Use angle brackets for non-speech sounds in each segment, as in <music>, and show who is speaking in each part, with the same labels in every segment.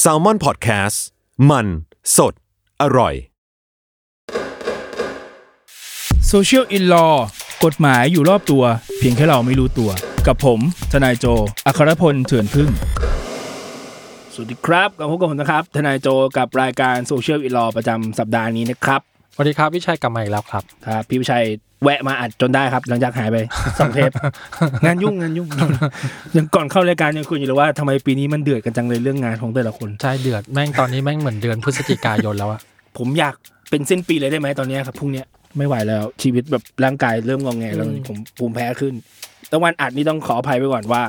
Speaker 1: แซลมอนพอดแคสต์มันสดอร่อย
Speaker 2: Social in Law กฎหมายอยู่รอบตัว เพียงแค่เราไม่รู้ตัว กับผม ทนายโจ อัครพลเถื่อนพึ่ง สวัสดีครับกับพบกับผมนะครับ ทนายโจกับรายการ Social in Law ประจำสัปดาห์นี้นะครับ
Speaker 3: สวัสดีครับพี่ชัยกลับมาอีกแล้วครับ
Speaker 2: ครับพี่วิชัยแวะมาอัดจนได้ครับ หลังจากหายไป สองเท <laughs> ป งานยุ่งงาน <laughs> ยุ่ง ยังก่อนเข้ารายการยังคุยอยู่เลยว่าทำไมปีนี้มันเดือดกันจังเลยเรื่องงานของแต่ละคน
Speaker 3: ใจเดือดแม่งตอนนี้แม่งเหมือนเดือนพฤศจิกายนแล้วอะ
Speaker 2: ผมอยากเป็นสิ้นปีเลยได้ไหมตอนเนี้ยครับพรุ่งเนี้ยไม่ไหวแล้วชีวิตแบบร่างกายเริ่มงองแงแล้วผมภูมิแพ้ขึ้นแตะวันอัดนี่ต้องขออภัยไปก่อนว่า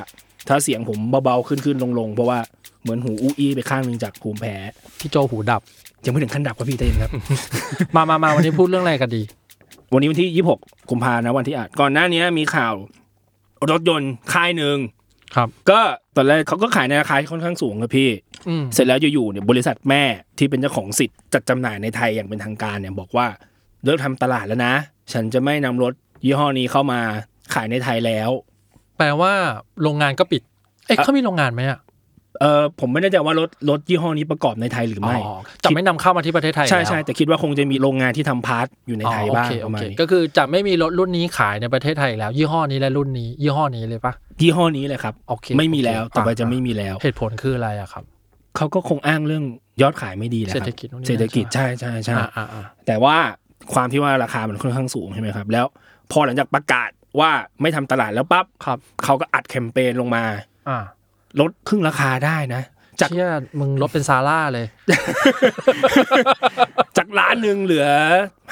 Speaker 2: ถ้าเสียงผมเบาๆขึ้นขึ้นลงลงๆ เพราะว่าเหมือนหูอู้อี้ไปข้างหนึ่งจากภูมิแพ้
Speaker 3: พี่โจหูดับ
Speaker 2: ยังไม่ถึงขั้นดับครับพี่เต้นครับ
Speaker 3: มามามาวันนี้พูดเรื่องอะไรกันดี
Speaker 2: <laughs> วันนี้วันที่ 26 กุมภานะวันที่อัดก่อนหน้านี้มีข่าว รถยนต์ค่ายหนึ่ง
Speaker 3: ครับ
Speaker 2: ก็ตอนแรกเขาก็ขายในราคาที่ค่อนข้างสูงครับพี่
Speaker 3: อืม
Speaker 2: เสร็จแล้วอยู่ๆเนี่ยบริษัทแม่ที่เป็นเจ้าของสิทธิ์จัดจำหน่ายในไทยอย่างเป็นทางการเนี่ยบอกว่าเลิกทำตลาดแล้วนะ ฉันจะไม่นำรถยี่ห้อนี้เข้ามาขายในไทยแล้ว
Speaker 3: แปลว่าโรงงานก็ปิด เอ๊ะเขามีโรงงานไหมอะ
Speaker 2: เออผมไม่แน่ใจว่ารถรถยี่ห้อนี้ประกอบในไทยหรือไม่
Speaker 3: อ๋อจะไม่นำเข้ามาที่ประเทศไทย
Speaker 2: ใช่
Speaker 3: แล้ว
Speaker 2: ใช่แต่คิดว่าคงจะมีโรงงานที่ทำพาร์ทอยู่ใน
Speaker 3: อ๋อ
Speaker 2: ไทย
Speaker 3: โอ
Speaker 2: บ้าง
Speaker 3: เค
Speaker 2: ป
Speaker 3: โอ
Speaker 2: ระมาณ
Speaker 3: เค
Speaker 2: นี้
Speaker 3: ก็คือจะไม่มีรถรุ่นนี้ขายในประเทศไทยแล้ว ยี่ห้อนี้และรุ่นนี้ยี่ห้อนี้เลยปะ
Speaker 2: ยี่ห้อนี้เลยครับ
Speaker 3: โอเค
Speaker 2: ไม่มีแล้ว
Speaker 3: โอเค
Speaker 2: ต่อไปจะ
Speaker 3: า
Speaker 2: ไม่มีแล้ว
Speaker 3: เหตุผลคืออะไรอะครับ
Speaker 2: เขาก็คงอ้างเรื่องยอดขายไม่ดีแหละค
Speaker 3: เศร
Speaker 2: บ
Speaker 3: ษฐกิจนู่นนี่
Speaker 2: เศรษฐกิจ
Speaker 3: นั่
Speaker 2: ใช่
Speaker 3: น
Speaker 2: ใช่ใช่
Speaker 3: อ่าอ่าอ่า
Speaker 2: แต่ว่าความที่ว่าราคามันค่อนข้างสูงใช่ไหมครับ แล้วพอหลังจากประกาศว่าไม่ทำตลาดแล้วปั๊บ
Speaker 3: ครับ
Speaker 2: เขาก็อัดแคมเปญลงมา
Speaker 3: อ่า
Speaker 2: ลดครึ่งราคาได้นะ <laughs> จาก
Speaker 3: เชี่ยมึงลดเป็นซาร่าเลย
Speaker 2: จากล้านหนึ่งเหลือ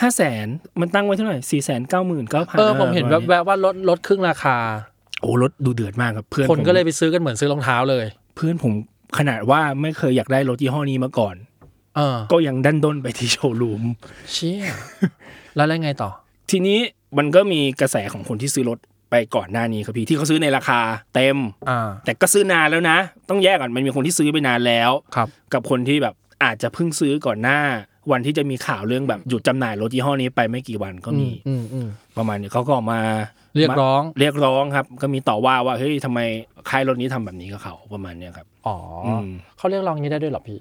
Speaker 2: ห้าแสนมันตั้งไว้เท่าไหร่สี่แสนเก้าหมื่นเก้าพัน
Speaker 3: เออผมเห็นแวบๆว่าลดลดครึ่งราคา
Speaker 2: โอ้รถดูเดือดมากครับเพื่อน
Speaker 3: คน
Speaker 2: ผม
Speaker 3: ก็เลยไปซื้อกันเหมือนซื้อรองเท้าเลย
Speaker 2: เพื่อนผมขนาดว่าไม่เคยอยากได้รถยี่ห้อนี้มาก่อน
Speaker 3: เออ
Speaker 2: ก็ยังดันด้นไปที่โชว์รูม
Speaker 3: เชี่ย แล้วแล้วไงต่อ
Speaker 2: ทีนี้มันก็มีกระแสของคนที่ซื้อรถไปก่อนหน้านี้ครับพี่ที่เขาซื้อในราคาเต็ม
Speaker 3: อ่า
Speaker 2: แต่ก็ซื้อนานแล้วนะ ต้องแยกก่อนมันมีคนที่ซื้อไปนานแล้ว
Speaker 3: ครับ
Speaker 2: กับคนที่แบบอาจจะเพิ่งซื้อก่อนหน้า วันที่จะมีข่าวเรื่องแบบหยุดจำหน่ายรถยี่ห้อนี้ไปไม่กี่วันก็มี
Speaker 3: อืมอืม
Speaker 2: ประมาณนี้เขาก็ออกมา
Speaker 3: เรียกร้อง
Speaker 2: เรียกร้องครับ ก็มีต่อว่าว่าเฮ้ยทำไมค่ายรถนี้ทำแบบนี้กับเขาประมาณเนี้ยครับ
Speaker 3: อ๋ออ
Speaker 2: ม
Speaker 3: เขาเรียกร้องอย่างนี้ได้ด้วยเหรอพี่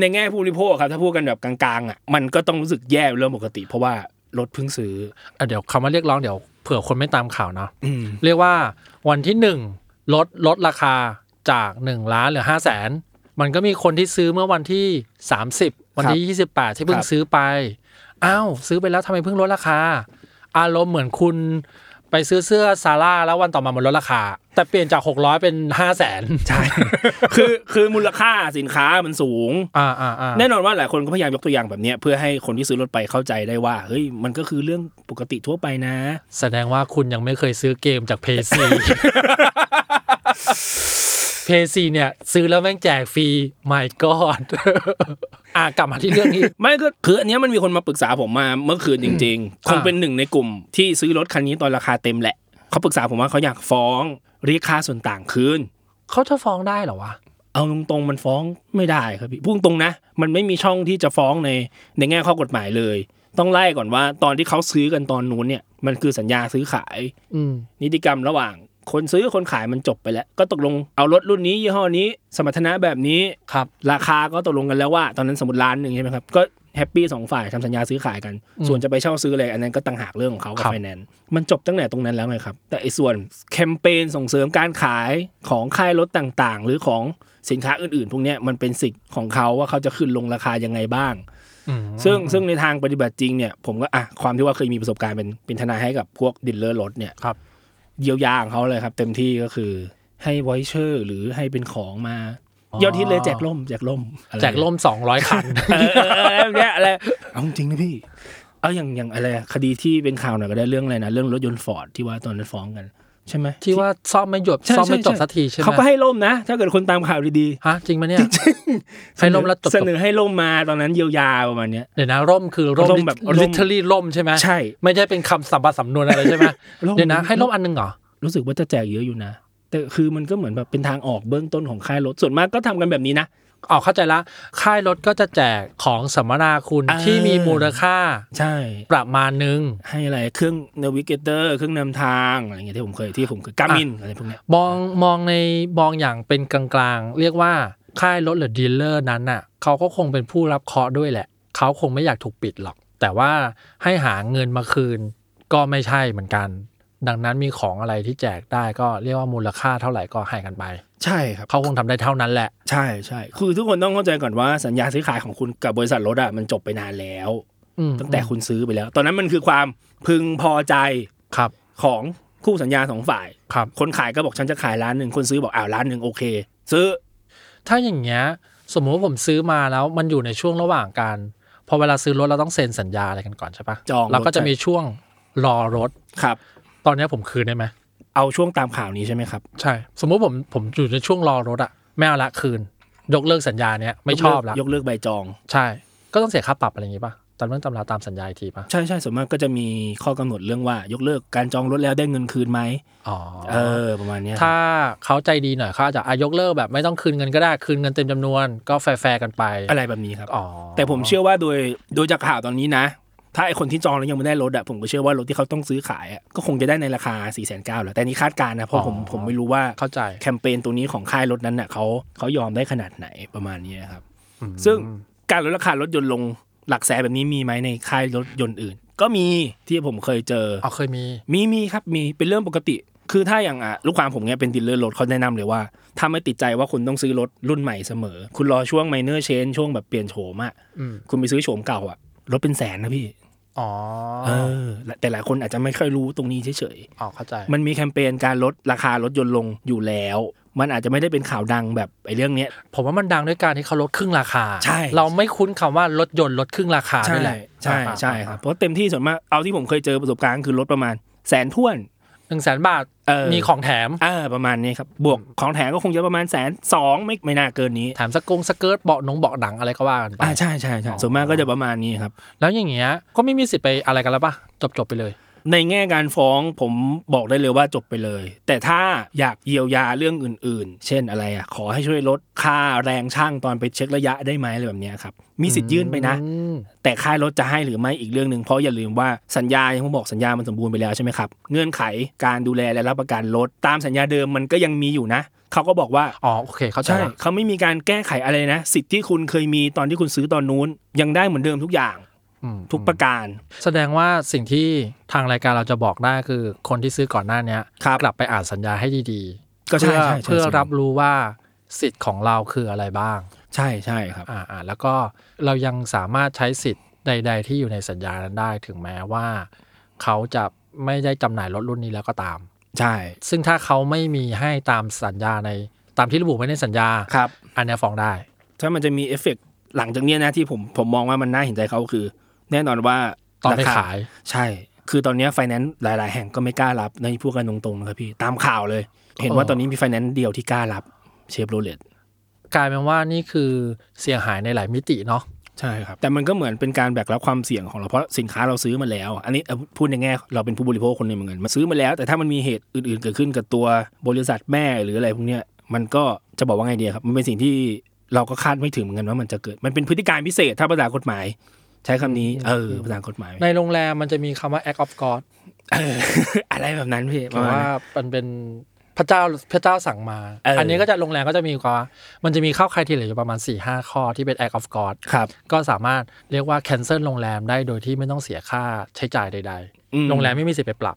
Speaker 2: ในแง่ผู้บริโภคครับถ้าพูดกันแบบกลางๆอ่ะมันก็ต้องรู้สึกแย่เป็นเรื่องปกติ เพราะว่ารถเพิ่งซื้อ
Speaker 3: อ่ะเดี๋ยวคำว่าเรียกร้องเดี๋ยวเผื่อคนไม่ตามข่าวเนาะ
Speaker 2: อ
Speaker 3: เรียกว่าวันที่หนึ่งลดลดราคาจากหนึ่งล้านเหลือห้าแสน มันก็มีคนที่ซื้อเมื่อวันที่สามสิบวันที่ยี่สิบแปดที่เพิ่งซื้อไป อ้าว ซื้อไปแล้วทำไมเพิ่งลดราคา อารมณ์เหมือนคุณไปซื้อเสื้อซาร่าแล้ววันต่อมามันลดราคา แต่เปลี่ยนจากหกร้อยเป็นห้าแสน
Speaker 2: ใช่ คือคือมูลค่าสินค้ามันสูง
Speaker 3: อ่าอ่าอ่า
Speaker 2: แน่นอนว่าหลายคนก็พยายามยกตัวอย่างแบบเนี้ยเพื่อให้คนที่ซื้อรถไปเข้าใจได้ว่าเฮ้ยมันก็คือเรื่องปกติทั่วไปนะ
Speaker 3: แสดงว่าคุณยังไม่เคยซื้อเกมจากเพซี <laughs> เพซีเนี่ย ซื้อแล้วแม่งแจกฟรี my god อ่ะกลับมาที่เรื่องนี้
Speaker 2: ไม่ก็คืออันเนี้ยมันมีคนมาปรึกษาผมมาเมื่อคืนจริง ๆ คงเป็นหนึ่งในกลุ่มที่ซื้อรถคันนี้ตอนราคาเต็มแหละเขาปรึกษาผมว่าเขาอยากฟ้องเรียกค่าส่วนต่างคืน
Speaker 3: เขาจะฟ้องได้เหรอวะ
Speaker 2: เอาตรงๆมันฟ้องไม่ได้ครับพี่พูดตรงนะ มันไม่มีช่องที่จะฟ้องในในแง่ข้อกฎหมายเลย ต้องไล่ก่อนว่าตอนที่เขาซื้อกันตอนนู้นเนี่ยมันคือสัญญาซื้อขาย
Speaker 3: อืม
Speaker 2: นิติกรรมระหว่าง คนซื้อคนขายมันจบไปแล้ว ก็ตกลงเอารถรุ่นนี้ยี่ห้อนี้ สมรรถนะแบบนี้
Speaker 3: ครับ
Speaker 2: ราคาก็ตกลงกันแล้วว่าตอนนั้นสมมติล้านหนึ่งใช่ไหมครับ ก็แฮปปี้สองฝ่ายทำสัญญาซื้อขายกัน
Speaker 3: อืม
Speaker 2: ส่วนจะไปเช่าซื้ออะไรอันนั้นก็ต่างหากเรื่องของเขากับ
Speaker 3: ครับ
Speaker 2: ไฟแนนซ์มันจบตั้งแต่ตรงนั้นแล้วไงครับ แต่ไอ้ส่วนแคมเปญส่งเสริมการขายของค่ายรถต่างๆ หรือของสินค้าอื่นๆ พวกเนี้ยมันเป็นสิทธิ์ของเขาว่าเขาจะขึ้นลงราคายังไงบ้าง
Speaker 3: อืม
Speaker 2: ซึ่งซึ่งในทางปฏิบัติจริงเนี่ยผมก็อ่ะความที่ว่าเคยมีประสบการณ์เป็นเป็นทนายให้กับพวกดิลเลอร์รถเนี่ย
Speaker 3: ครับ
Speaker 2: เยียวยาของเขาเลยครับ เต็มที่ก็คือให้ไวเชอร์ หรือให้เป็นของมา
Speaker 3: อ๋อ
Speaker 2: ยอดฮิตเลยแจกล่มแจกล่มอะไร
Speaker 3: แจกล่มสองร้อยคัน
Speaker 2: เออเออเออแบบเนี้ยอะไรเอาจริงนะพี่ เอาอย่างอย่างอะไรคดีที่เป็นข่าวหน่อยก็ได้เรื่องอะไรนะเรื่องรถยนต์ฟอร์ดที่ว่าตอนนั้นฟ้องกัน ใช่ไหม
Speaker 3: <laughs> ที่ว่าซ่อมไม่หยด
Speaker 2: ใช่
Speaker 3: ซ่อมไม่จบ
Speaker 2: ใช่
Speaker 3: สักทีใช่ไหม
Speaker 2: เขาก็ให้ล่มนะ ถ้าเกิดคนตามข่าวดี
Speaker 3: ฮะจริงไหมเนี่ย
Speaker 2: ๆ
Speaker 3: ให้ล่มแล้วจบ
Speaker 2: เสนอให้ล่มมาตอนนั้นเยียวยาประมาณเนี้ย
Speaker 3: เดี๋ยวนะร่มคือร่ม
Speaker 2: ร่มแบบร่ม
Speaker 3: ลิทเทอรี่ร่มใช่ไหม
Speaker 2: ใช่
Speaker 3: ไม่ใช่เป็นคำสัมปสำนวนอะไรใช่ไหม
Speaker 2: ร่ม
Speaker 3: เดี๋ยวนะ ให้ร่มอันหนึงเหรอ
Speaker 2: รู้สึกว่าจะแจกเยอะอยู่นะ แต่คือมันก็เหมือนแบบเป็นทางออกเบื้องต้นของค่ายรถส่วนมากก็ทำกันแบบนี้นะ
Speaker 3: อ๋อเข้าใจละ ค่ายรถก็จะแจกของสัมมนาคุณ
Speaker 2: อ่า
Speaker 3: ที่มีมูลค่า
Speaker 2: ใช่
Speaker 3: ประมาณหนึง
Speaker 2: ให้อะไรเครื่อง navigator เครื่องนำทางอะไรอย่างเงี้ยที่ผมเคยที่ผมเคยกามินอะไรพวกเนี้ย
Speaker 3: มองมองในมองอย่างเป็นกลางๆ เรียกว่า ค่ายรถหรือดีลเลอร์นั้นน่ะเขาก็คงเป็นผู้รับเคราะห์ด้วยแหละ เขาคงไม่อยากถูกปิดหรอก แต่ว่าให้หาเงินมาคืนก็ไม่ใช่เหมือนกัน ดังนั้นมีของอะไรที่แจกได้ก็เรียกว่ามูลค่าเท่าไหร่ก็ให้กันไป
Speaker 2: ใช่ครับ
Speaker 3: เขาคงทำได้เท่านั้นแหละ
Speaker 2: ใช่ใช่ คือทุกคนต้องเข้าใจก่อนว่าสัญญาซื้อขายของคุณกับบริษัทรถอะมันจบไปนานแล้ว
Speaker 3: อืม
Speaker 2: ตั้งแต่คุณซื้อไปแล้ว ตอนนั้นมันคือความพึงพอใจ
Speaker 3: ครับ
Speaker 2: ของคู่สัญญาสองฝ่าย
Speaker 3: ครับ
Speaker 2: คนขายก็บอกฉันจะขายร้านหนึ่งคนซื้อบอกอ้าวร้านหนึ่งโอเค ซื้อ
Speaker 3: ถ้าอย่างเงี้ยสมมุติว่าผมซื้อมาแล้วมันอยู่ในช่วงระหว่างการพอเวลาซื้อรถเราต้องเซ็นสัญญาอะไรกันก่อนใช่ปะ
Speaker 2: จองรถ
Speaker 3: เราก็จะมีช่วงรอรถ
Speaker 2: ครับ
Speaker 3: ตอนเนี้ยผมคืนได้ไหม
Speaker 2: เอาช่วงตามข่าวนี้ใช่ไหมครับ
Speaker 3: ใช่ สมมุติผมผมอยู่ในช่วงรอรถอะไม่เอาละคืน ยกเลิกสัญญาเนี้ยไม่ชอบละ
Speaker 2: ยกเลิกใบจอง
Speaker 3: ใช่ ก็ต้องเสียค่าปรับอะไรอย่างงี้ปะตามเรื่องตำราตามสัญญาอีกทีปะ
Speaker 2: ใช่ใช่ส่วนมากก็จะมีข้อกำหนดเรื่องว่ายกเลิกการจองรถแล้วได้เงินคืนไหม
Speaker 3: อ๋อ
Speaker 2: เออ ประมาณเนี้ย
Speaker 3: ถ้าเขาใจดีหน่อยเขาอาจจะอายกเลิกแบบไม่ต้องคืนเงินก็ได้คืนเงินเต็มจำนวน ก็แฟร์ๆกันไป
Speaker 2: อะไรแบบนี้ครับ
Speaker 3: อ๋อ
Speaker 2: แต่ผมเชื่อว่าโดยโดยจากข่าวตอนนี้นะ ถ้าไอคนที่จองแล้วยังไม่ได้รถอะผมก็เชื่อว่ารถที่เขาต้องซื้อขายอะก็คงจะได้ในราคา4ี่แสนเก้าแหละแต่นี่คาดการณ์นะเพราะผมผมไม่รู้ว่า
Speaker 3: เข้าใจ
Speaker 2: แคมเปญตัวนี้ของค่ายรถนั้นน่ะเขาเขายอมได้ขนาดไหนประมาณนี้ครับ ซึ่งการลดราคารถยนต์ลงหลักแสนแบบนี้มีไหมในค่ายรถยนต์อื่น ก็มีที่ผมเคยเจอ
Speaker 3: เอาเคยมี
Speaker 2: มีมีครับมีเป็นเรื่องปกติ คือถ้าอย่างอ่ะลูกความผมเนี่ยเป็นดีลเลอร์รถเขาแนะนำเลยว่า ถ้าไม่ติดใจว่าคุณต้องซื้อรถรุ่นใหม่เสมอ คุณรอช่วงไมเนอร์เชนช่วงแบบเปลี่ยนโฉมอ่ะ
Speaker 3: อืม
Speaker 2: คุณไปซื้อโฉมเก่าอ่ะรถเป็นแสนนะพี่
Speaker 3: อ๋อ
Speaker 2: เออและแต่หลายคนอาจจะไม่ค่อยรู้ตรงนี้เฉย
Speaker 3: อ๋อเข้าใจ
Speaker 2: ๆมันมีแคมเปญการลดราคารถยนต์ลงอยู่แล้ว มันอาจจะไม่ได้เป็นข่าวดังแบบไอ้เรื่องเนี้ย
Speaker 3: ผมว่ามันดังด้วยการที่เขาลดครึ่งราคา
Speaker 2: ใช่
Speaker 3: เราไม่คุ้นคำว่ารถยนต์ลดครึ่งราคาด้วยแหละ
Speaker 2: ใช่ใช่ครับเพราะเต็มที่ส่วนมากเอาที่ผมเคยเจอประสบการณ์คือรถประมาณแสนท้วน
Speaker 3: หนึ่งแสนบาท
Speaker 2: เออ
Speaker 3: มีของแถม
Speaker 2: เออประมาณนี้ครับบวกของแถมก็คงจะประมาณแสนสองไม่ไม่น่าเกินนี้
Speaker 3: แถมสกงสเกิร์ตเบาะหนงเบาะหนังอะไรก็ว่ากันไป
Speaker 2: อ่าใช่ใช่ใช่
Speaker 3: อ๋อ
Speaker 2: ส่วนมากก็จะประมาณนี้ครับ
Speaker 3: แล้วอย่างเงี้ยก็ไม่มีสิทธิ์ไปอะไรกันแล้วป่ะ จบจบๆไปเลย
Speaker 2: ในแง่การฟ้องผมบอกได้เลยว่าจบไปเลย แต่ถ้าอยากเยียวยาเรื่องอื่น ๆ เช่นอะไรอ่ะขอให้ช่วยลดค่าแรงช่างตอนไปเช็คระยะได้ไหมอะไรแบบเนี้ยครับมีสิทธิ์ยื่นไปนะ
Speaker 3: อืม
Speaker 2: แต่ค่ายรถจะให้หรือไม่อีกเรื่องหนึ่งเพราะอย่าลืมว่าสัญญาอย่างผมบอกสัญญามันสมบูรณ์ไปแล้วใช่ไหมครับเงื่อนไขการดูแลและรับประกันรถตามสัญญาเดิมมันก็ยังมีอยู่นะเขาก็บอกว่า
Speaker 3: อ๋อโอเคเข้าใจ
Speaker 2: ใช่
Speaker 3: ละ
Speaker 2: เขาไม่มีการแก้ไขอะไรนะ สิทธิ์ที่คุณเคยมีตอนที่คุณซื้อตอนนู้น ยังได้เหมือนเดิมทุกอย่าง
Speaker 3: อืม
Speaker 2: ทุกประการ
Speaker 3: แสดงว่าสิ่งที่ทางรายการเราจะบอกได้คือคนที่ซื้อก่อนหน้าเนี้ย
Speaker 2: ครับ
Speaker 3: กลับไปอ่านสัญญาให้ดี
Speaker 2: ก็
Speaker 3: ๆ
Speaker 2: ใช่
Speaker 3: เพื่อ
Speaker 2: ใช่ใช่
Speaker 3: เพื่อรับรู้ว่าสิทธิ์ของเราคืออะไรบ้าง
Speaker 2: ใช่ใช่ครับ
Speaker 3: อ่าอ่าแล้วก็เรายังสามารถใช้สิทธิ์ใด ๆ ที่อยู่ในสัญญานั้นได้ถึงแม้ว่า เขาจะไม่ได้จำหน่ายรถรุ่นนี้แล้วก็ตาม
Speaker 2: ใช่
Speaker 3: ซึ่งถ้าเขาไม่มีให้ตามสัญญาในตามที่ระบุไว้ในสัญญา
Speaker 2: ครับ
Speaker 3: อันเนี้ยฟ้องได้
Speaker 2: ถ้ามันจะมีเอฟเฟกต์หลังจากเนี้ยนะที่ผมผมมองว่ามันน่าเห็นใจเขาคือ แน่นอนว่า
Speaker 3: ตอนไป
Speaker 2: รค
Speaker 3: ขาย
Speaker 2: ใช่ คือตอนเนี้ไฟแนนซ์หลาย ๆ แห่งก็ไม่กล้ารับในพูดกันตรงๆนะครับพี่ตามข่าวเลย เห็นว่าตอนนี้มีไฟแนนซ์เดียวที่กล้ารับเชฟโรเลต
Speaker 3: กลายเป็นว่านี่คือเสียหายในหลายมิติเนาะ
Speaker 2: ใช่ครับแต่มันก็เหมือนเป็นการแบกรับความเสี่ยงของเราเพราะสินค้าเราซื้อมาแล้ว อันนี้เอาพูดในแง่เราเป็นผู้บริโภคคนหนึ่งเหมือนกันมาซื้อมาแล้ว แต่ถ้ามันมีเหตุอื่น ๆ เกิดขึ้นกับตัวบริษัทแม่หรืออะไรพวกเนี้ยมันก็จะบอกว่าไงดีครับมันเป็นสิ่งที่เราก็คาดไม่ถึงเหมือนกันว่ามันจะเกิด มันเป็นพฤติการพิเศษถ้าภาษากฎหมาย ใช้คำนี้เออภาษากฎหมาย <laughs>
Speaker 3: ในโรงแรมมันจะมีคำว่า act of god
Speaker 2: เออ อะไรแบบนั้นพี่ป
Speaker 3: แต่
Speaker 2: ระมาณ
Speaker 3: ว่า
Speaker 2: นั้น
Speaker 3: มันเป็นพระเจ้าพระเจ้าสั่งมา
Speaker 2: เอออั
Speaker 3: นนี้ก็จะโรงแรมก็จะมีความมันจะมีเข้าใครทีเหลืออยู่ประมาณ4ี่ห้าข้อที่เป็น act of god
Speaker 2: ครับ
Speaker 3: ก็สามารถเรียกว่า cancel โรงแรมได้โดยที่ไม่ต้องเสียค่าใช้จ่ายใด
Speaker 2: อื
Speaker 3: ๆ โรงแรมไม่มีสิทธิ์ไปปรับ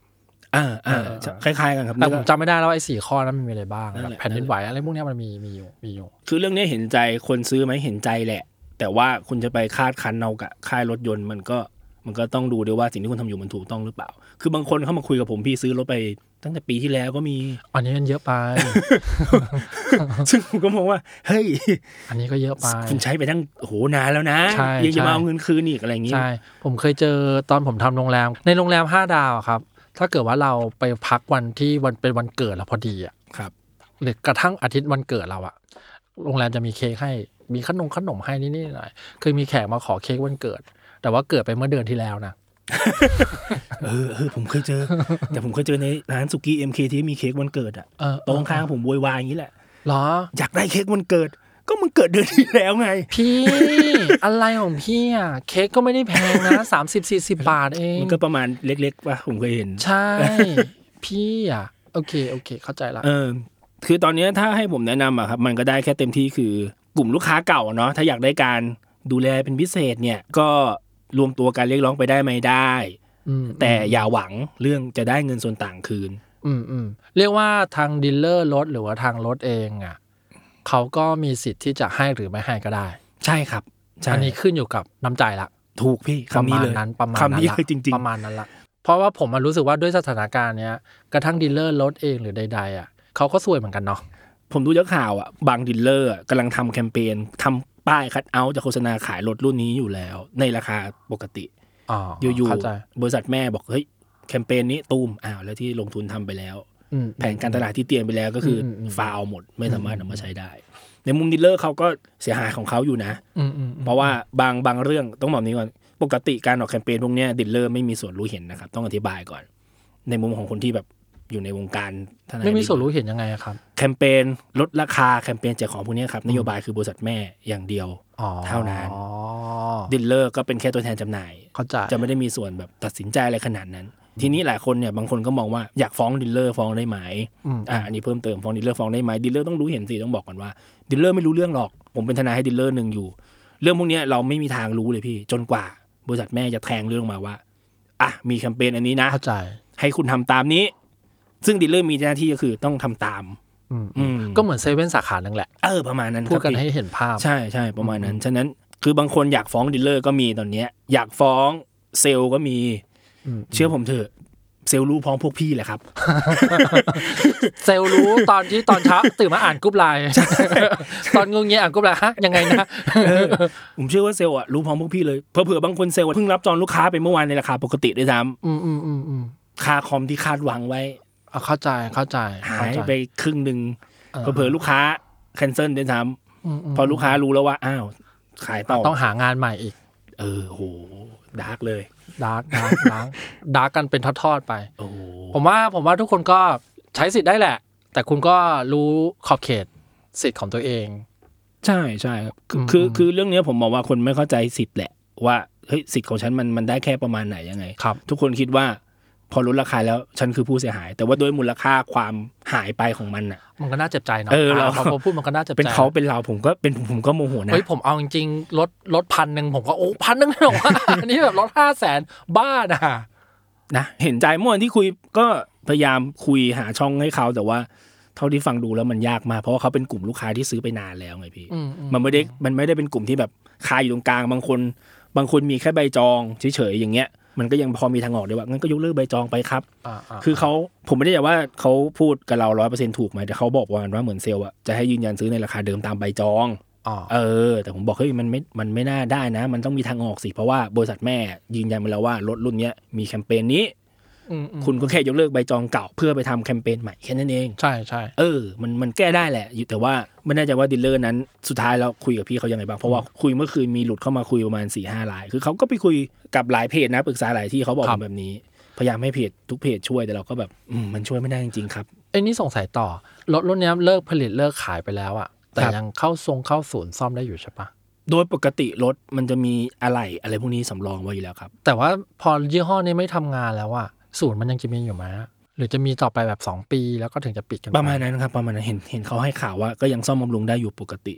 Speaker 2: อ่าอ่า
Speaker 3: เออ
Speaker 2: ใช่คล้าย ๆ กันครับ
Speaker 3: แต่
Speaker 2: นี่
Speaker 3: ผ
Speaker 2: ก็
Speaker 3: มจำไม่ได้แล้วว่าไอ้สี่ข้อนั้นมันมีอะไรบ้าง
Speaker 2: นั่น
Speaker 3: แบ
Speaker 2: แหละ
Speaker 3: บแผ่นดินไหวอะไรพวกเนี้ยมันมีมีอยู่มีอยู่
Speaker 2: คือเรื่องนี้เห็นใจคนซื้อไหมเห็นใจแหละ แต่ว่าคุณจะไปคาดคั้นเอากับค่ายรถยนต์มันก็มันก็ต้องดูด้วยว่าสิ่งที่คุณทำอยู่มันถูกต้องหรือเปล่า คือบางคนเข้ามาคุยกับผมพี่ซื้อรถไปตั้งแต่ปีที่แล้วก็มี
Speaker 3: <laughs> อันนี้มันเยอะไป
Speaker 2: ซึ่งผมก็มองว่า เฮ้ย
Speaker 3: อันนี้ก็เยอะไป
Speaker 2: <laughs> คุณใช้ไปตั้งโอ้โหนานแล้วนะ
Speaker 3: ใช่
Speaker 2: ยังจะ
Speaker 3: ใช่
Speaker 2: มาเอาเงินคืนอีกอะไรอย่างงี้
Speaker 3: ใช่ ผมเคยเจอตอนผมทำโรงแรม ในโรงแรมห้าดาวอะครับ ถ้าเกิดว่าเราไปพักวันที่วันเป็นวันเกิดเราพอดีอ่ะ
Speaker 2: ครับ
Speaker 3: หรือกระทั่งอาทิตย์วันเกิดเราอ่ะโรงแรมจะมีเค้กให้มีขนมขนมให้นิดๆหน่อยๆเคยมีแขกมาขอเค้กวันเกิด แต่ว่าเกิดไปเมื่อเดือนที่แล้วนะ
Speaker 2: เออเออผมเคยเจอ แต่ผมเคยเจอในร้านสุกี้เอ็มเคที่มีเค้กวันเกิดอะ
Speaker 3: เออ
Speaker 2: ตรงข้างผมโวยวายอย่างนี้แหละ
Speaker 3: เหรอ
Speaker 2: อยากได้เค้กวันเกิด ก็มันเกิดเดือนที่แล้วไง
Speaker 3: พี่
Speaker 2: <laughs>
Speaker 3: อะไรของพี่อ่ะ เค้กก็ไม่ได้แพงนะ 30 40 บาทเอง
Speaker 2: มันก็ประมาณเล็กๆป่ะผมเคยเห็น
Speaker 3: ใช่ พี่อ่ะ โอเค โอเค เข้าใจละ
Speaker 2: เออคือตอนเนี้ยถ้าให้ผมแนะนำอะครับมันก็ได้แค่เต็มที่คือ กลุ่มลูกค้าเก่าอะเนาะถ้าอยากได้การดูแลเป็นพิเศษเนี่ยก็รวมตัวการเรียกร้องไปได้ไหมได้
Speaker 3: อืม
Speaker 2: แต่อย่าหวังเรื่องจะได้เงินส่วนต่างคืน
Speaker 3: อืมอืมเรียกว่าทางดีลเลอร์รถหรือว่าทางรถเองอ่ะเขาก็มีสิทธิ์ที่จะให้หรือไม่ให้ก็ได้
Speaker 2: ใช่ครับใช่
Speaker 3: อันนี้ขึ้นอยู่กับน้ำใจละ
Speaker 2: ถูกพี่
Speaker 3: ประ
Speaker 2: คำนี้
Speaker 3: มาณ
Speaker 2: เลย
Speaker 3: นั้นประมาณ
Speaker 2: คำนี้
Speaker 3: ละ
Speaker 2: เลยจริง
Speaker 3: ประมาณนั้นละเพราะว่าผมมารู้สึกว่าด้วยสถานการณ์เนี้ยกระทั่งดีลเลอร์รถเองหรือใด ๆ อ่ะเขาก็ซวยเหมือนกันเนาะ
Speaker 2: ๆ ผมดูจากข่าวอ่ะบางดีลเลอร์อะกำลังทำแคมเปญทำป้ายคัดเอาท์จะโฆษณาขายรถรุ่นนี้อยู่แล้ว ในราคาปกติ
Speaker 3: อ๋อ
Speaker 2: อยู่
Speaker 3: เข้าใจ
Speaker 2: ๆบริษัทแม่บอกเฮ้ยแคมเปญนี้ตูมอ้าวแล้วที่ลงทุนทำไปแล้ว
Speaker 3: อืม
Speaker 2: แผนการตลาดที่เตรียมไปแล้วก็คืออ
Speaker 3: มอืม
Speaker 2: ฟาวหมดไม่สามารถนำมาใช้ได้ ในมุมดีลเลอร์เขาก็เสียหายของเขาอยู่นะ
Speaker 3: อืมอืมอืม
Speaker 2: เพราะว่าบางบางเรื่องต้องบอกนี้ก่อนปกติการออกแคมเปญพวกเนี้ยดีลเลอร์ไม่มีส่วนรู้เห็นนะครับ ต้องอธิบายก่อน ในมุมของคนที่แบบอยู่ในวงการทนาย
Speaker 3: ไม่มีส่วนรู้เห็นยังไงอะครับ
Speaker 2: แคมเปญลดราคาแคมเปญแจกของพวกเนี้ยครับนโยบายคือบริษัทแม่อย่างเดียว
Speaker 3: อ๋อ
Speaker 2: เท่านั้น
Speaker 3: อ๋อ
Speaker 2: ดีลเลอร์ก็เป็นแค่ตัวแทนจำหน่าย
Speaker 3: เข้าใจ
Speaker 2: จะไม่ได้มีส่วนแบบตัดสินใจอะไรขนาดนั้น ทีนี้หลายคนเนี่ยบางคนก็มองว่าอยากฟ้องดีลเลอร์ฟ้องได้ไหม
Speaker 3: อืม
Speaker 2: อ่าอันนี้เพิ่มเติมฟ้องดีลเลอร์ฟ้องได้ไหมดีลเลอร์ต้องรู้เห็นสิต้องบอกก่อนว่าดีลเลอร์ไม่รู้เรื่องหรอก ผมเป็นทนายให้ดีลเลอร์หนึ่งอยู่ เรื่องพวกเนี้ยเราไม่มีทางรู้เลยพี่จนกว่า บริษัทแม่จะแทงเรื่องมาว่าอ่ะมีแคมเปญอันนี้นะ
Speaker 3: เข้าใจ
Speaker 2: ให้คุณทำตามนี้ ซึ่งดีลเลอร์มีหน้าที่ก็คือต้องทำตาม
Speaker 3: อืม
Speaker 2: อืม
Speaker 3: ก็เหมือนเซเว่นสาขาหนึ่งแหละ
Speaker 2: เออประมาณนั้น
Speaker 3: พูดกัน
Speaker 2: ครับพี่
Speaker 3: ให้เห็นภาพ
Speaker 2: ใช่ใช่ประมาณนั้น ฉะนั้นคือบางคนอยากฟ้องดีลเลอร์ก็มีตอนเนี้ย อยากฟ้องเซลล์ก็มี
Speaker 3: อืม
Speaker 2: เชื่อผมเถอะ เซลล์รู้พร้อมพวกพี่แหละครับ
Speaker 3: เซลล์รู้ตอนที่ตอนเช้า ตื่นมาอ่านกรุ๊ปไล <laughs> น์ตอนงงเงียอ่านกรุ๊ปไลน์ฮะยังไงนะ
Speaker 2: ผมเชื่อว่าเซลล์อะรู้พร้อมพวกพี่เลยเผื่อๆบางคนเซลล์เพิ่งรับจองลูกค้าไปเมื่อวานในราคาปกติด้วยซ้
Speaker 3: อืมอืมอืมอืม
Speaker 2: ำค่าคอมที่คาดหวังไว้
Speaker 3: อ่ะเข้าใจเข้าใจ
Speaker 2: หา
Speaker 3: เข้
Speaker 2: ย
Speaker 3: ใจ
Speaker 2: ไปครึ่งหนึ่ง
Speaker 3: เออ
Speaker 2: เผื่อๆลูกค้าแคนเซิลด้วยซ้
Speaker 3: มม
Speaker 2: ำพอลูกค้ารู้แล้วว่าอ้าว ขายต่อ
Speaker 3: ต้องหางานใหม่อีก
Speaker 2: เออโหดาร์กเลย
Speaker 3: ดาร์กดาร์กด <laughs> าร์กดาร์กกันเป็นทอดๆไป
Speaker 2: โอ้โห
Speaker 3: ผมว่าผมว่าทุกคนก็ใช้สิทธิ์ได้แหละ แต่คุณก็รู้ขอบเขตสิทธิ์ของตัวเอง
Speaker 2: ใช่ใช่ครับคือ
Speaker 3: ม
Speaker 2: คือคือเรื่องเนี้ยผมมองว่าคนไม่เข้าใจสิทธิ์แหละ ว่าเฮ้ยสิทธิ์ของฉันมันมันได้แค่ประมาณไหนยังไง
Speaker 3: ครับ
Speaker 2: ทุกคนคิดว่าพอลดราคาแล้วฉันคือผู้เสียหาย แต่ว่าโดยมูลค่าความหายไปของมันน่ะ
Speaker 3: มันก็น่าเจ็บใจเนาะ
Speaker 2: เออเรา
Speaker 3: พอพูดมันก็น่าเจ็บใจ
Speaker 2: เป็นเขาเป็นเราผมก็เป็นผมผมก็โมโหนะ
Speaker 3: เฮ้ยผมเอาจริงๆลดลดพันหนึ่งผมก็โอ้พันหนึ่งเลยเหรอวะอันนี้แบบลดห้าแสนบ้านะ
Speaker 2: นะเห็นใจเมื่อวันที่คุยก็พยายามคุยหาช่องให้เขาแต่ว่าเท่าที่ฟังดูแล้วมันยากมากเพราะว่าเขาเป็นกลุ่มลูกค้าที่ซื้อไปนานแล้วไงพี่
Speaker 3: อืมอืม
Speaker 2: มันไม่ได้มันไม่ได้เป็นกลุ่มที่แบบคาอยู่ตรงกลางบางคน บางคนมีแค่ใบจองเฉยๆอย่างเงี้ย มันก็ยังพอมีทางออกได้ว่างั้นก็ยกเลิกใบจองไปครับ คือเขาผมไม่ได้จะว่าเขาพูดกับเราร้อยเปอร์เซ็นถูกไหมแต่เขาบอกว่าว่าเหมือนเซลล์อะจะให้ยืนยันซื้อในราคาเดิมตามใบจอง
Speaker 3: อ๋อ
Speaker 2: เออ แต่ผมบอกเฮ้ยมันไม่ มันไม่น่าได้นะ มันต้องมีทางออกสิ เพราะว่าบริษัทแม่ยืนยันมาแล้วว่ารถรุ่นเนี้ยมีแคมเปญนี้
Speaker 3: อืมอืม
Speaker 2: คุณก็แค่ยกเลิกใบจองเก่าเพื่อไปทำแคมเปญใหม่แค่นั้นเอง
Speaker 3: ใช่ใช่
Speaker 2: เออ มันมันแก้ได้แหละอยู่แต่ว่าไม่แน่ใจว่าดีลเลอร์นั้นสุดท้ายเราคุยกับพี่เขายังไงบ้างเพราะว่าคุยเมื่อคืนมีหลุดเข้ามาคุยประมาณ4ี่ห้าราย คือเขาก็ไปคุยกับหลายเพจนะปรึกษาหลายที่เขาบอกผมแบบนี้ พยายามให้เพจทุกเพจช่วยแต่เราก็แบบอืมมันช่วยไม่ได้จริงๆครับ
Speaker 3: ไอ้ยนี่สงสัยต่อรถรุ่นเนี้ยเลิกผลิตเลิกขายไปแล้วอะแต่
Speaker 2: ครับ
Speaker 3: ยังเข้าทรงเข้าศูนย์ซ่อมได้อยู่ใช่ปะ
Speaker 2: โดยปกติรถมันจะมีอะไหล่อะไรพวกนี้สำรองไว้อยู่แล้วครับ
Speaker 3: แต่ว่าพอยี่ห้อนี้ไม่ทำงานแล้วอะศูนย์มันยังจะมีอยู่ไหมอะหรือจะมีต่อไปแบบ 2 ปีแล้วก็ถึงจะปิดกัน
Speaker 2: ประมาณนั้นครับประมาณนั้นเห็นเห็นเขาให้ข่าวว่าก็ยังซ่อมบำรุงได้อยู่ปกติ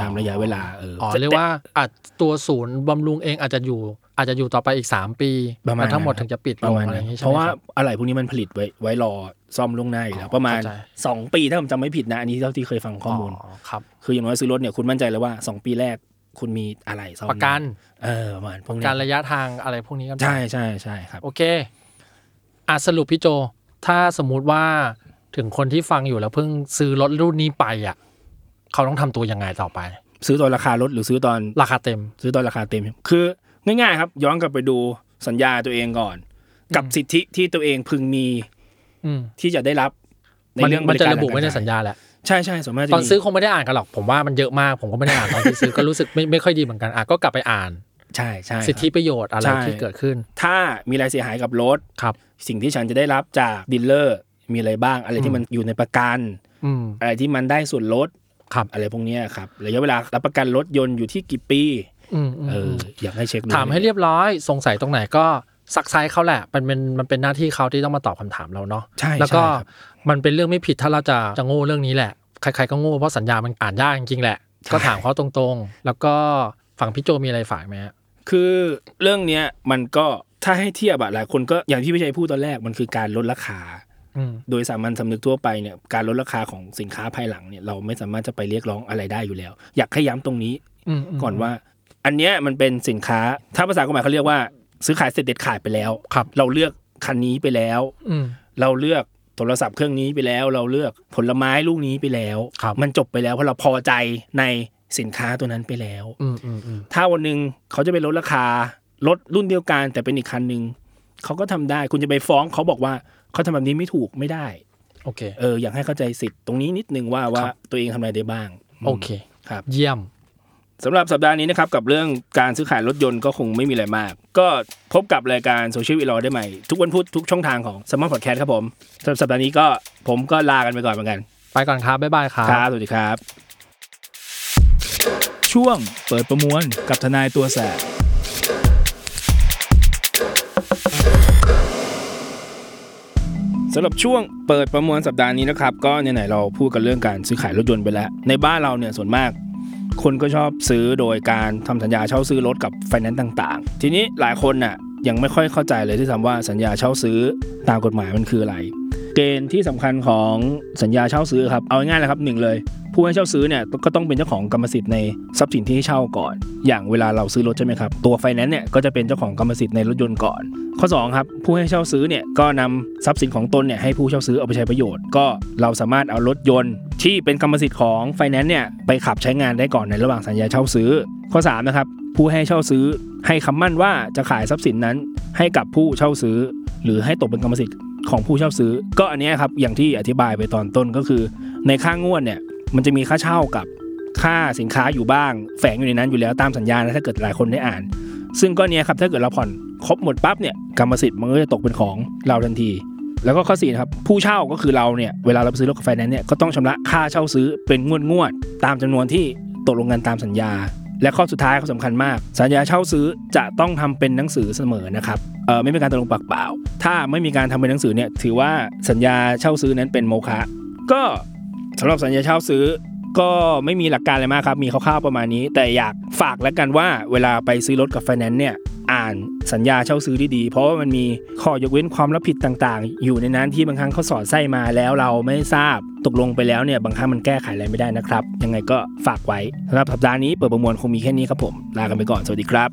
Speaker 2: ตามระยะเวลาเออ
Speaker 3: อ๋อ
Speaker 2: จะ
Speaker 3: เรียกว่าอาจตัวศูนย์บำรุงเองอาจจะอยู่ อาจจะอยู่ต่อไปอีก 3 ปี
Speaker 2: ประมาณ
Speaker 3: แล้วทั้งหมด
Speaker 2: นั้น
Speaker 3: ถึงจะปิด
Speaker 2: ป
Speaker 3: ล
Speaker 2: ระ
Speaker 3: ง
Speaker 2: มาณ
Speaker 3: อะไรอ
Speaker 2: นั้น
Speaker 3: ย่างงี้ใช่
Speaker 2: เพราะ
Speaker 3: ไหม
Speaker 2: ว่า
Speaker 3: ครับ
Speaker 2: อะไรพวกนี้มันผลิตไว้ไว้รอซ่อมล่วงหน้าอยู่แล้ว ประมาณ
Speaker 3: เข้าใจ
Speaker 2: 2 ปีถ้าผมจำไม่ผิดนะ อันนี้เท่าที่เคยฟังข้อมูล
Speaker 3: อ๋อครับ
Speaker 2: คืออย่างน้อยซื้อรถเนี่ยคุณมั่นใจแล้วว่า 2 ปีแรกคุณมีอะไรซ่อม
Speaker 3: ประกัน
Speaker 2: เออประมาณพวกนี้
Speaker 3: การระยะทางอะไรพวกนี้กันไป
Speaker 2: ใช่ใช่ใช่ครับ
Speaker 3: โอเคอ่ะสรุปพี่โจ ถ้าสมมุติว่าถึงคนที่ฟังอยู่แล้วเพิ่งซื้อรถรุ่นนี้ไปอ่ะ เขาต้องทำตัวยังไงต่อไป
Speaker 2: ซื้อตอนราคารถหรือซื้อตอน
Speaker 3: ราคาเต็ม
Speaker 2: ซื้อตอนราคาเต็ม คือง่ายๆครับ ย้อนกลับไปดูสัญญาตัวเองก่อน กับสิทธิที่ตัวเองพึงมี
Speaker 3: อืม
Speaker 2: ที่จะได้รับใน
Speaker 3: มัน
Speaker 2: เรื่อง
Speaker 3: มันจะ
Speaker 2: บการ
Speaker 3: ระบุไว้ในสัญญาแหละ
Speaker 2: ใช่ใช่ส่วนมากจะ
Speaker 3: ตอน
Speaker 2: มี
Speaker 3: ซื้อคงไม่ได้อ่านกันหรอก ผมว่ามันเยอะมาก ผมก็ไม่ได้อ่านตอนที่ซื้อ ก็รู้สึกไม่ไม่ค่อยดีเหมือนกัน อ่ะก็กลับไปอ่าน
Speaker 2: ใช่ใช่ครับ
Speaker 3: สิทธิประโยชน์อะไร
Speaker 2: ใช่
Speaker 3: ที่เกิดขึ้น
Speaker 2: ถ้ามีอะไรเสียหายกับรถ
Speaker 3: ครับ
Speaker 2: สิ่งที่ฉันจะได้รับจากดีลเลอร์มีอะไรบ้าง อะไรที่มันอยู่ในประกัน
Speaker 3: อืม
Speaker 2: อะไรที่มันได้ส่วนลด
Speaker 3: ครับ
Speaker 2: อะไรพวกเนี้ยครับระยะเวลารับประกันรถยนต์อยู่ที่กี่ปี
Speaker 3: อืมอืม
Speaker 2: เอออยากให้เช็คด้วย
Speaker 3: ถามให้เรียบร้อย สงสัยตรงไหนก็ซักไซส์เขาแหละ มันเป็นมันเป็นหน้าที่เขาที่ต้องมาตอบคำถามเราเนาะ
Speaker 2: ใช่
Speaker 3: แล้วก็
Speaker 2: ใช่ครับ
Speaker 3: มันเป็นเรื่องไม่ผิดถ้าเราจะจะโง่เรื่องนี้แหละ ใครๆก็โง่เพราะสัญญามันอ่านยากจริงๆแหละ ก็ถามเขาตรงๆ แล้วก็ฝั่งพี่โจมีอะไรฝากไหมฮะ
Speaker 2: คือเรื่องเนี้ยมันก็ถ้าให้เทียบอะหลายคนก็อย่างที่พี่ชัยพูดตอนแรกมันคือการลดราคา
Speaker 3: อืม
Speaker 2: โดยสามัญสำนึกทั่วไปเนี่ยการลดราคาของสินค้าภายหลังเนี่ยเราไม่สามารถจะไปเรียกร้องอะไรได้อยู่แล้ว อยากให้ย้ำตรงนี้
Speaker 3: อืมม
Speaker 2: ก่อนว่า อันเนี้ยมันเป็นสินค้าถ้าภาษากฎหมายเขาเรียกว่า ซื้อขายเสร็จเด็ดขาดไปแล้ว
Speaker 3: ครับ
Speaker 2: เราเลือกคันนี้ไปแล้ว
Speaker 3: อืม
Speaker 2: เราเลือกโทรศัพท์เครื่องนี้ไปแล้ว เราเลือกผลไม้ลูกนี้ไปแล้ว
Speaker 3: ครับ
Speaker 2: มันจบไปแล้วเพราะเราพอใจในสินค้าตัวนั้นไปแล้ว
Speaker 3: อืมอืมอืม
Speaker 2: ถ้าวันหนึ่งเขาจะไปลดราคาลดรุ่นเดียวกันแต่เป็นอีกคันหนึ่งเขาก็ทำได้คุณจะไปฟ้องเขาบอกว่าเขาทำแบบนี้ไม่ถูกไม่ได้
Speaker 3: โอเค
Speaker 2: เอออยากให้เข้าใจสิทธิ์ตรงนี้นิดนึงว่าว่าตัวเองทำอะไรได้บ้าง
Speaker 3: โอเค
Speaker 2: ครับ
Speaker 3: เยี่ยม
Speaker 2: สำหรับสัปดาห์นี้นะครับ กับเรื่องการซื้อขายรถยนต์ก็คงไม่มีอะไรมาก ก็พบกับรายการโซเชียลวีลอได้ใหม่ ทุกวันพุธทุกช่องทางของสมาร์ทพอดแคสต์ครับผมสำหรับสัปดาห์นี้ก็ผมก็ลากันไปก่อนเหมือนกัน
Speaker 3: ไปก่อนครับ บ๊ายบายครับ
Speaker 2: ครับสวัสดีครับ ช่วงเปิดประมวลกับทนายตัวแสบสำหรับช่วงเปิดประมวลสัปดาห์นี้นะครับ ก็ไหนๆเราพูดกันเรื่องการซื้อขายรถยนต์ไปแล้ว ในบ้านเราเนี่ยส่วนมาก คนก็ชอบซื้อโดยการทำสัญญาเช่าซื้อรถกับไฟแนนซ์ต่างๆ ทีนี้หลายคนน่ะยังไม่ค่อยเข้าใจเลยที่ทำว่าสัญญาเช่าซื้อตามกฎหมายมันคืออะไร เกณฑ์ที่สำคัญของสัญญาเช่าซื้อครับเอาง่ายๆเลยครับหนึ่งเลย ผู้ให้เช่าซื้อเนี่ยก็ต้องเป็นเจ้าของกรรมสิทธิ์ในทรัพย์สินที่ให้เช่าก่อน อย่างเวลาเราซื้อรถใช่ไหมครับตัวไฟแนนซ์เนี่ยก็จะเป็นเจ้าของกรรมสิทธิ์ในรถยนต์ก่อน ข้อสองครับผู้ให้เช่าซื้อเนี่ยก็นำทรัพย์สินของตนเนี่ยให้ผู้เช่าซื้อเอาไปใช้ประโยชน์ ก็เราสามารถเอารถยนต์ ที่เป็นกรรมสิทธิ์ของไฟแนนซ์เนี่ยไปขับใช้งานได้ก่อนในระหว่างสัญญาเช่าซื้อ ข้อสามนะครับผู้ให้เช่าซื้อ ให้คำมั่นว่าจะขายทรัพย์สินนั้น ให้กับผู้เช่าซื้อ หรือให้ตกเป็นกรรมสิทธิ์ของผู้เช่าซื้อ ก็อันเนี้ยครับอย่างที่อธิบายไปตอนต้นก็คือ ในค่างวดเนี่ยมันจะมีค่าเช่ากับค่าสินค้าอยู่บ้าง แฝงอยู่ในนั้นอยู่แล้วตามสัญญานะถ้าเกิดหลายคนได้อ่าน ซึ่งก็เนี่ยครับถ้าเกิดเราผ่อนครบหมดปั๊บเนี่ยกรรมสิทธิ์มันก็จะตกเป็นของเราทันที แล้วก็ข้อสี่นะครับผู้เช่าก็คือเราเนี่ยเวลาเราไปซื้อรถกับไฟแนนซ์เนี่ยก็ต้องชำระค่าเช่าซื้อเป็นงวดงวดๆตามจำนวนที่ตกลงกันตามสัญญา และข้อสุดท้ายเขาสำคัญมาก สัญญาเช่าซื้อจะต้องทำเป็นหนังสือเสมอนะครับเออไม่เป็นการตกลงปากเปล่า ถ้าไม่มีการทำเป็นหนังสือเนี่ยถือว่าสัญญาเช่าซื้อนั้นเป็นโมฆะก็สำหรับสัญญาเช่าซื้อ ก็ไม่มีหลักการอะไรมากครับ มีคร่าวๆประมาณนี้ แต่อยากฝากแล้วกันว่าเวลาไปซื้อรถกับไฟแนนซ์เนี่ย อ่านสัญญาเช่าซื้อดีๆ เพราะว่ามันมีข้อยกเว้นความรับผิดต่างๆ อยู่ในนั้นที่บางครั้งเขาสอดไส้มาแล้วเราไม่ทราบตกลงไปแล้วเนี่ย บางครั้งมันแก้ไขอะไรไม่ได้นะครับ ยังไงก็ฝากไว้สำหรับสัปดาห์นี้เปิดประมวลคงมีแค่นี้ครับผม ลากันไปก่อน สวัสดีครับ